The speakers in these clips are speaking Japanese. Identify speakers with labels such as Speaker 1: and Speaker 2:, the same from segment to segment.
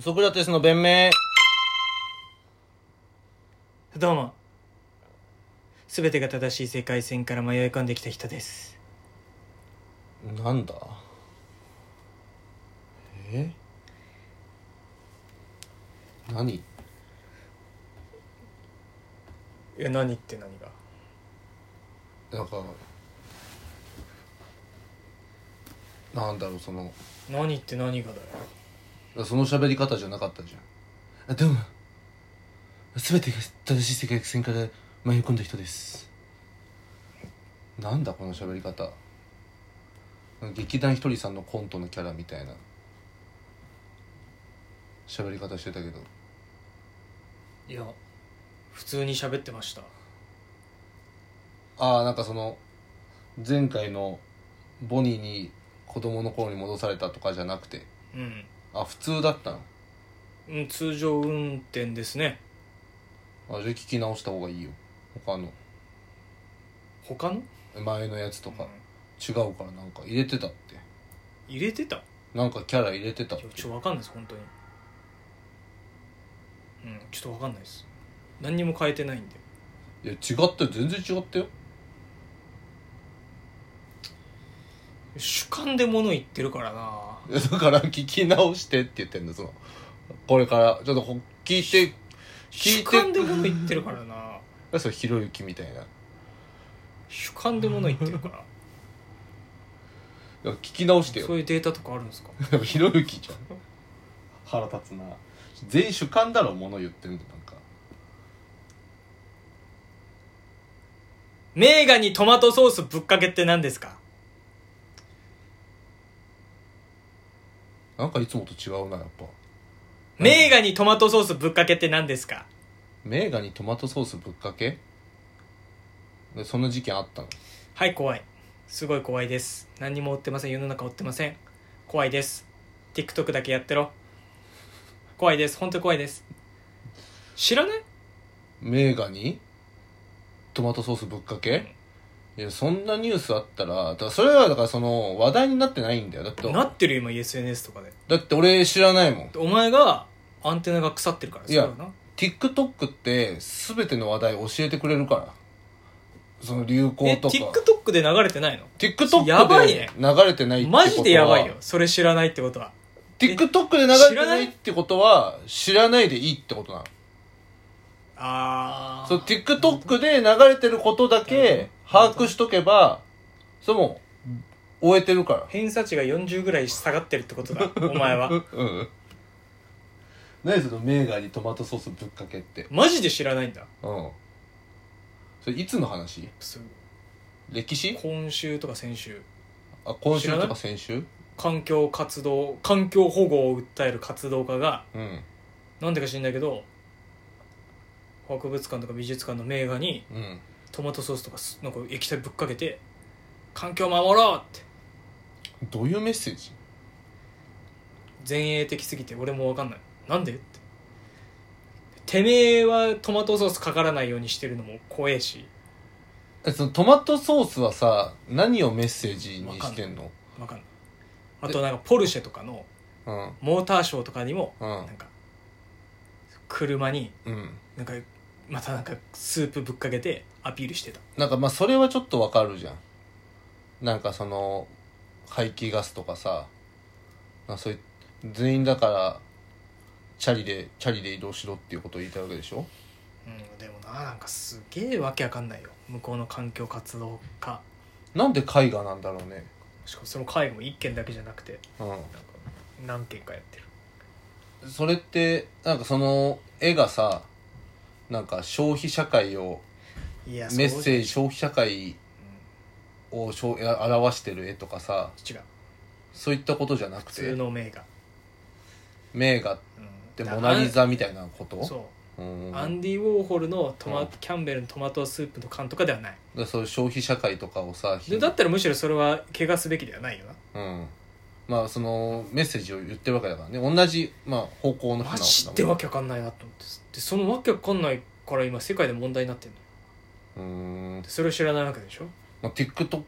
Speaker 1: ソクラテスの弁明
Speaker 2: どうも。すべてが正しい世界線から迷い込んできた人です。
Speaker 1: なんだえ何
Speaker 2: いや、何って何が
Speaker 1: なんかなんだろうその
Speaker 2: 何って何がだよ。
Speaker 1: その喋り方じゃなかったじゃんあどうも全てが正しい世界線から迷い込んだ人ですなんだこの喋り方劇団ひとりさんのコントのキャラみたいな喋り方してたけど
Speaker 2: いや、普通に喋ってました。
Speaker 1: ああなんかその前回のボニーに子供の頃に戻されたとかじゃなくて
Speaker 2: うん。
Speaker 1: あ普通だったの
Speaker 2: うん、通常運転ですね。
Speaker 1: あじゃあ聞き直した方がいいよ他の
Speaker 2: 他の
Speaker 1: 前のやつとか、
Speaker 2: うん
Speaker 1: 違うからなんか入れてたって
Speaker 2: 入れてたい
Speaker 1: なんかキャラ入れてたっ
Speaker 2: や
Speaker 1: て
Speaker 2: ちょっとわかんないです、本当に。うん、ちょっとわかんないです。何にも変えてないんで。
Speaker 1: いや違ったよ全然違ったよ
Speaker 2: 主観で物言ってるからない
Speaker 1: やだから聞き直してって言ってんだそのこれからちょっとほ聞いて聞い
Speaker 2: 主
Speaker 1: て
Speaker 2: 観で物言ってるからな
Speaker 1: えそれひろゆきみたいない
Speaker 2: 主観で物言ってるから
Speaker 1: や聞き直してよ
Speaker 2: そういうデータとかあるんですか
Speaker 1: でもひろゆきじゃん腹立つな全員主観だろ物言ってんのなんか
Speaker 2: 名画にトマトソースぶっかけって何ですか
Speaker 1: なんかいつもと違うなやっぱ
Speaker 2: 名画にトマトソースぶっかけって何ですか
Speaker 1: 名画にトマトソースぶっかけでそんな事件あったの
Speaker 2: はい怖いすごい怖いです何にも追ってません世の中追ってません怖いです TikTok だけやってろ怖いです本当に怖いです知らない
Speaker 1: 名画にトマトソースぶっかけいやそんなニュースあったらだからそれはだからその話題になってないんだよだって
Speaker 2: なってるよ今 SNS とかで
Speaker 1: だって俺知らないもん
Speaker 2: お前がアンテナが腐ってるから
Speaker 1: いや
Speaker 2: そうだな
Speaker 1: TikTok って全ての話題教えてくれるからその流行
Speaker 2: え
Speaker 1: とか
Speaker 2: TikTok で流れてないの
Speaker 1: TikTok
Speaker 2: やばい
Speaker 1: で
Speaker 2: ね
Speaker 1: 流れてないってことは
Speaker 2: マジでやばいよそれ知らないってことは
Speaker 1: TikTok で流れてないってことは知らないでいいってことなの
Speaker 2: ああ
Speaker 1: そう TikTok で流れてることだけ把握しとけばそれも終えてるから
Speaker 2: 偏差値が40ぐらい下がってるってことだお前は
Speaker 1: うん何その名画にトマトソースぶっかけって
Speaker 2: マジで知らないんだ
Speaker 1: うんそれいつの話
Speaker 2: そう
Speaker 1: 歴史
Speaker 2: 今週とか先週
Speaker 1: あ今週
Speaker 2: 知
Speaker 1: と
Speaker 2: らな
Speaker 1: か
Speaker 2: い
Speaker 1: 先週
Speaker 2: 環境活動環境保護を訴える活動家が
Speaker 1: うん
Speaker 2: なんでか知んないけど博物館とか美術館の名画に
Speaker 1: うん
Speaker 2: トマトソースとかすなんか液体ぶっかけて環境を守ろうって
Speaker 1: どういうメッセージ
Speaker 2: 前衛的すぎて俺も分かんないなんでっててめえはトマトソースかからないようにしてるのも怖えし
Speaker 1: えそのトマトソースはさ何をメッセージにしてんの
Speaker 2: 分かんないあとなんかポルシェとかの
Speaker 1: うん
Speaker 2: モーターショーとかにも
Speaker 1: うん
Speaker 2: なんか車に
Speaker 1: うん
Speaker 2: なんかまたなんかスープぶっかけてアピールしてた
Speaker 1: なんかまあそれはちょっとわかるじゃんなんかその排気ガスとかさなんかそういう全員だからチャリでチャリで移動しろっていうことを言いたいわけでしょ
Speaker 2: うんでもななんかすげえわけわかんないよ向こうの環境活動家
Speaker 1: なんで絵画なんだろうね
Speaker 2: しかもその介護も1件だけじゃなくて
Speaker 1: う
Speaker 2: なんか何件かやってる
Speaker 1: んそれってなんかその絵がさなんか消費社会を
Speaker 2: いや
Speaker 1: メッセージ
Speaker 2: ジ、
Speaker 1: 消費社会をしょうあ表してる絵とかさ
Speaker 2: うん違う
Speaker 1: そういったことじゃな
Speaker 2: 普
Speaker 1: くて
Speaker 2: 通の名画、
Speaker 1: 名画っ
Speaker 2: うん、
Speaker 1: て
Speaker 2: だから
Speaker 1: モナ・リザみたいなこと
Speaker 2: そうう、
Speaker 1: ん
Speaker 2: アンディ・ウォーホルのトマ、
Speaker 1: うん
Speaker 2: キャンベルのトマトスープの缶とかではない
Speaker 1: でそういう消費社会とかをさ
Speaker 2: でだったらむしろそれは怪我すべきではないよな
Speaker 1: うんまあそのメッセージを言ってるわけだからね同じ、まあ、方向の人な
Speaker 2: マ
Speaker 1: わけ
Speaker 2: ジでわけわかんないなと思ってでそのわけわかんないから今世界で問題になってるのよ
Speaker 1: うーん
Speaker 2: で、それを知らないわけでしょ
Speaker 1: まあ、TikTok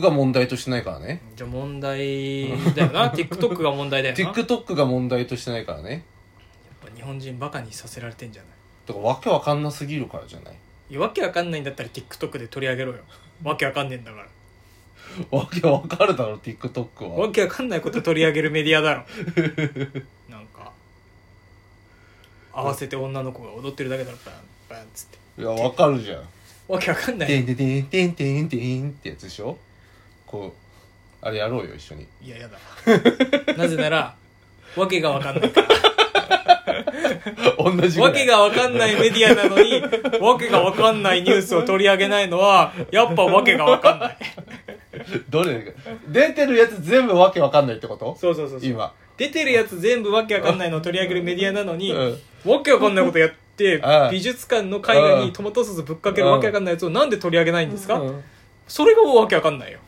Speaker 1: が問題としてないからね
Speaker 2: じゃあ問題だよな TikTok が問題だよな
Speaker 1: TikTok が問題としてないからね
Speaker 2: 本人バカにさせられてんじゃない
Speaker 1: だからわけわかんなすぎるからじゃない
Speaker 2: いやわけわかんないんだったら TikTok で取り上 げろよわけわかんねえんだから
Speaker 1: わけわかるだろ TikTok は
Speaker 2: わけわかんないこと取り上げるメディア だろなんか合わせて女の子が踊ってるだけだろバンバンっつって
Speaker 1: いやわかるじゃん
Speaker 2: わけわかんない
Speaker 1: てんてんてんてんてんてんってやつでしょこうあれやろうよ一 緒に
Speaker 2: いややだなぜな らわけがわかんないか
Speaker 1: 同じぐら
Speaker 2: らわ
Speaker 1: い
Speaker 2: けがわかんないメディアなの にわけがわかんないニュースを取り上げないのはやっぱわけがわかんない
Speaker 1: どれ出てるやつ全部わけわかんないってこと
Speaker 2: そうそうそうそう
Speaker 1: 今
Speaker 2: 出てるやつ全部わけわかんないのを取り上げるメディアなのに、
Speaker 1: うん
Speaker 2: わけわかんないことやって
Speaker 1: ああ
Speaker 2: 美術館の絵画にトマトソースぶっかける
Speaker 1: ああ
Speaker 2: わけわかんないやつをなんで取り上げないんですか、
Speaker 1: うん
Speaker 2: それがもうわけわかんないよ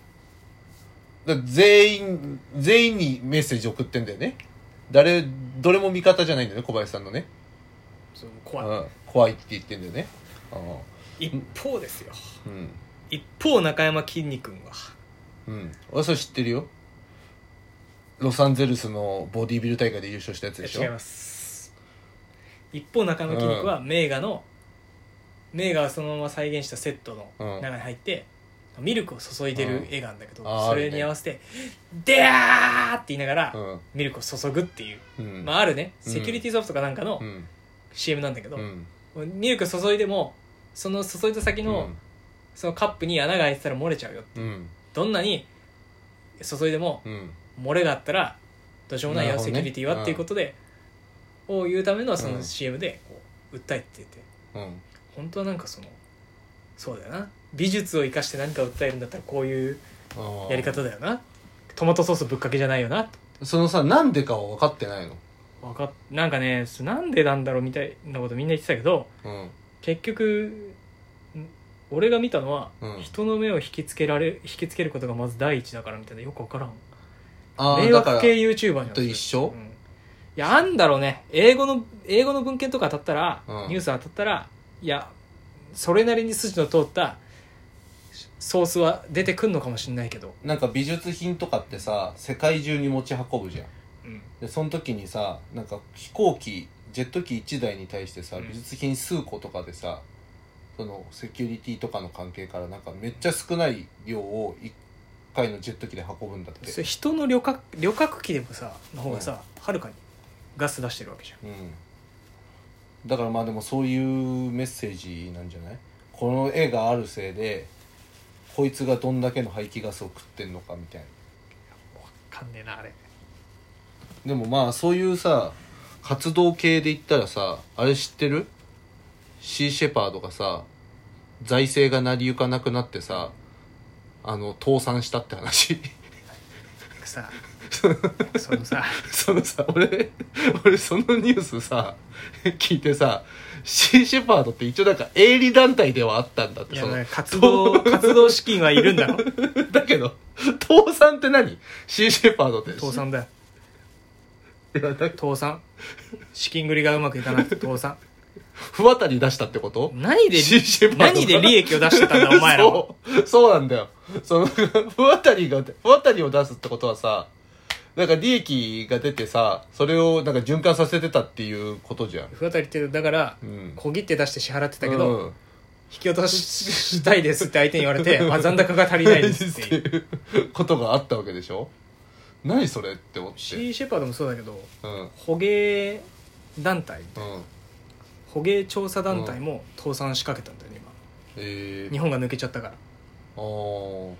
Speaker 1: だから全員全員にメッセージ送ってんだよね誰どれも味方じゃないんだよね小林さんのね、
Speaker 2: そう
Speaker 1: う
Speaker 2: 怖い、
Speaker 1: ん、怖いって言ってんだよねう
Speaker 2: 一方ですよ
Speaker 1: ん
Speaker 2: 一方中山きんに君は
Speaker 1: うん俺それ知ってるよロサンゼルスのボディービル大会で優勝したやつでしょ
Speaker 2: 違います一方中山きんに君は名画の、名画をそのまま再現したセットの中に入って、ミルクを注いでる絵があるんだけど、
Speaker 1: うんああ
Speaker 2: それに合わせて「でやー!」って言いながら、
Speaker 1: うん
Speaker 2: ミルクを注ぐっていう
Speaker 1: うん
Speaker 2: まあ、あるね
Speaker 1: うん
Speaker 2: セキュリティソフトかなんかの
Speaker 1: うん
Speaker 2: CM なんだけど、
Speaker 1: うん
Speaker 2: ミルク注いでもその注いだ先の,、そのカップに穴が開いてたら漏れちゃうよ
Speaker 1: うん
Speaker 2: どんなに注いでも
Speaker 1: うん
Speaker 2: 漏れがあったらどうしようもないよ、
Speaker 1: なるほ
Speaker 2: セ
Speaker 1: ど
Speaker 2: キ
Speaker 1: ね
Speaker 2: ュリティはっていうことで、を言うためのそうの
Speaker 1: ん
Speaker 2: CM でこう訴えてて
Speaker 1: うん
Speaker 2: 本当はなんかそのそうだよな美術を生かして何か訴えるんだったらこういう
Speaker 1: あー
Speaker 2: やり方だよなトマトソースぶっかけじゃないよな
Speaker 1: そのさなんでかは分かってないの
Speaker 2: わかっなんかねなんでなんだろうみたいなことみんな言ってたけど
Speaker 1: うん
Speaker 2: 結局ん俺が見たのは、
Speaker 1: うん
Speaker 2: 人の目を引きつけられ引きつけることがまず第一だからみたいなよく分からん
Speaker 1: あー
Speaker 2: 迷
Speaker 1: だから
Speaker 2: 惑系 YouTuber じゃん
Speaker 1: と一緒
Speaker 2: うんいやあんだろうね英語の英語の文献とか当たったら、
Speaker 1: うん
Speaker 2: ニュース当たったらいやそれなりに筋の通ったソースは出てくんのかもしれないけど、
Speaker 1: なんか美術品とかってさ世界中に持ち運ぶじゃん
Speaker 2: うん
Speaker 1: でその時にさなんか飛行機ジェット機1台に対してさ
Speaker 2: うん
Speaker 1: 美術品数個とかでさ、そのセキュリティとかの関係からなんかめっちゃ少ない量を1回のジェット機で運ぶんだって
Speaker 2: それ人の旅客旅客機でもさの方がさはる、かにガス出してるわけじゃん
Speaker 1: うんだからまあでもそういうメッセージなんじゃないこの絵があるせいでこいつがどんだけの排気ガスを食ってんのかみたいな
Speaker 2: わかんねえなあれ
Speaker 1: でもまあそういうさ活動系で言ったらさあれ知ってるシー・シェパードがさ財政が成り行かなくなってさあの倒産したって話
Speaker 2: なんかさそのさ
Speaker 1: そのさ俺俺そのニュースさ聞いてさシー・シェパードって一応なんか営利団体ではあったんだっ
Speaker 2: い
Speaker 1: て
Speaker 2: や
Speaker 1: その
Speaker 2: なんか活 動活動資金はいるんだ ろ
Speaker 1: だけど倒産って何シー・シェパードって
Speaker 2: 倒産だよ
Speaker 1: いやなんか
Speaker 2: 倒産資金繰りがうまくいかなくて倒産
Speaker 1: 不渡り出したってこと
Speaker 2: 何で
Speaker 1: シーシェパードが
Speaker 2: 何で利益を出してたんだお前らは
Speaker 1: そうそうなんだよその不渡りが不渡りを出すってことはさなんか利益が出てさそれをなんか循環させてたっていうことじゃん
Speaker 2: 不当たりってだから、
Speaker 1: うん
Speaker 2: 小切って出して支払ってたけど、
Speaker 1: うん
Speaker 2: 引き落とししたいですって相手に言われてあ残高が足りないです っていう
Speaker 1: っていうことがあったわけでしょ何それって思っ
Speaker 2: シ
Speaker 1: て
Speaker 2: ー・シェパードもそうだけど
Speaker 1: うんうん
Speaker 2: 捕鯨団体捕鯨調査団体も倒産しかけたんだよね
Speaker 1: え
Speaker 2: 今
Speaker 1: ー
Speaker 2: 日本が抜けちゃったから
Speaker 1: あー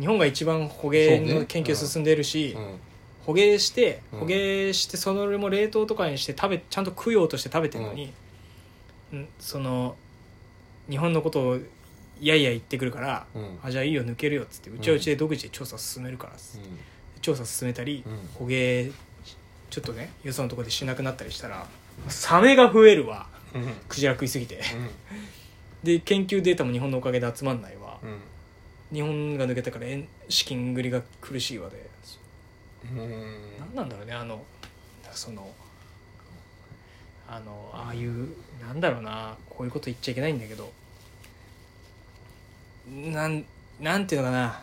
Speaker 2: 日本が一番捕鯨の研究進んでるし、
Speaker 1: うん
Speaker 2: 捕鯨して
Speaker 1: うん
Speaker 2: 捕鯨してそれも冷凍とかにして食べちゃんと供養として食べてるのに、うん、その日本のことをいやいや言ってくるから、
Speaker 1: うん
Speaker 2: あじゃあいいよ抜けるよっつってうちはうちで独自で調査進めるからっつって、調査進めたり、
Speaker 1: うん
Speaker 2: 捕鯨ちょっとねよそのとこでしなくなったりしたらサメが増えるわ
Speaker 1: うんうん
Speaker 2: クジラ食いすぎてで研究データも日本のおかげで集まんないわ、
Speaker 1: うん
Speaker 2: 日本が抜けたから円資金繰りが苦しいわで
Speaker 1: うん
Speaker 2: 何なんだろうねあのそのあのああいうなんだろうなこういうこと言っちゃいけないんだけどなんなんていうのかな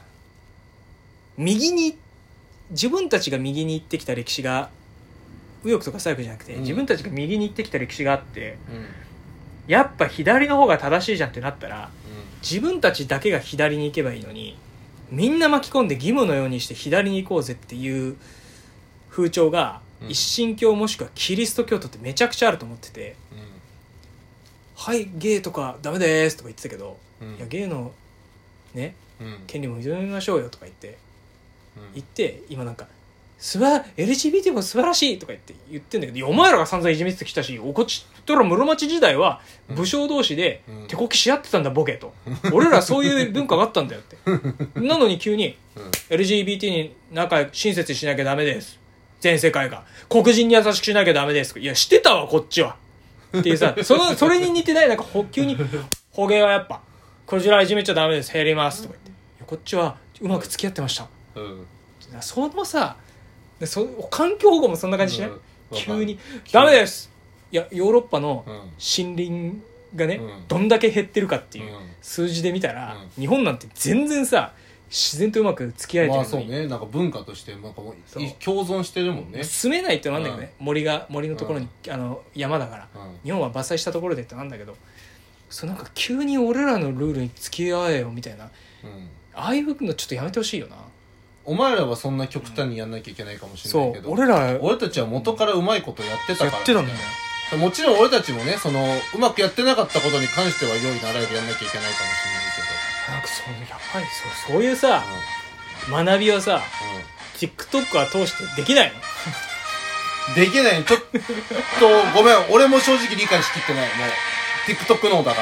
Speaker 2: 右に自分たちが右に行ってきた歴史が右翼とか左翼じゃなくて、
Speaker 1: うん
Speaker 2: 自分たちが右に行ってきた歴史があって
Speaker 1: うんうん
Speaker 2: やっぱ左の方が正しいじゃんってなったら自分たちだけが左に行けばいいのにみんな巻き込んで義務のようにして左に行こうぜっていう風潮が
Speaker 1: うん
Speaker 2: 一神教もしくはキリスト教徒ってめちゃくちゃあると思ってて「はいゲイとかダメです」とか言ってたけど「
Speaker 1: うん
Speaker 2: いやゲイのね
Speaker 1: うん
Speaker 2: 権利も認めましょうよ」とか言って
Speaker 1: うん
Speaker 2: 言って今なんか「すば LGBT も素晴らしい」とか言って言ってんだけどいや「お前らが散々いじめてきたしおこちとら室町時代は武将同士で
Speaker 1: うん
Speaker 2: 手こきし合ってたんだボケ」と「俺らそういう文化があったんだ よ」ってなのに急に
Speaker 1: うん
Speaker 2: 「LGBT に仲親切にしなきゃダメです」全世界が黒人に優しくしなきゃダメですいやしてたわこっちはっ ていうさそのそれに似てないなんか補給に「捕鯨はやっぱこちらいじめちゃダメです減ります」とか言っていやこっちはうまく付き合ってました
Speaker 1: うん
Speaker 2: そのさそ環境保護もそんな感じしない、
Speaker 1: うん
Speaker 2: 急に
Speaker 1: る
Speaker 2: 「ダメです!」いやヨーロッパの
Speaker 1: うん
Speaker 2: 森林がね、
Speaker 1: うん
Speaker 2: どんだけ減ってるかって
Speaker 1: う
Speaker 2: いうん数字で見たら、
Speaker 1: うん
Speaker 2: 日本なんて全然さ自然とうまく付き合えて
Speaker 1: まあ
Speaker 2: るの
Speaker 1: そう
Speaker 2: に、
Speaker 1: ねなんか文化としてなんかもう
Speaker 2: そう
Speaker 1: い共存してるもんね
Speaker 2: 住めないってなんだけどね、森が森のところに、あの山だから、
Speaker 1: うん
Speaker 2: 日本は伐採したところでってなんだけどそうなんか急に俺らのルールに付き合えよみたいな
Speaker 1: うん
Speaker 2: ああいうのちょっとやめてほしいよな
Speaker 1: お前らはそんな極端にやんなきゃいけないかもしれな
Speaker 2: そ
Speaker 1: いうけど
Speaker 2: 俺らやっ
Speaker 1: 俺たちは元からうまいことやってたから
Speaker 2: てたんだよ
Speaker 1: もちろん俺たちもねそのうまくやってなかったことに関しては良い習いでやんなきゃいけないかもしれないけど
Speaker 2: なんかそうやばいそうそういうさ、学びはさ TikTok は通してでき ないの
Speaker 1: できないちょっとごめん俺も正直理解しきってないもう TikTok のだか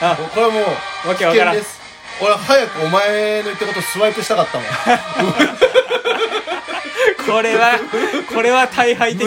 Speaker 1: ら
Speaker 2: あ
Speaker 1: これはもう
Speaker 2: わけ
Speaker 1: 危
Speaker 2: わか
Speaker 1: 険
Speaker 2: らん
Speaker 1: です俺早くお前の言ったことスワイプしたかったもん
Speaker 2: これはこれは大敗的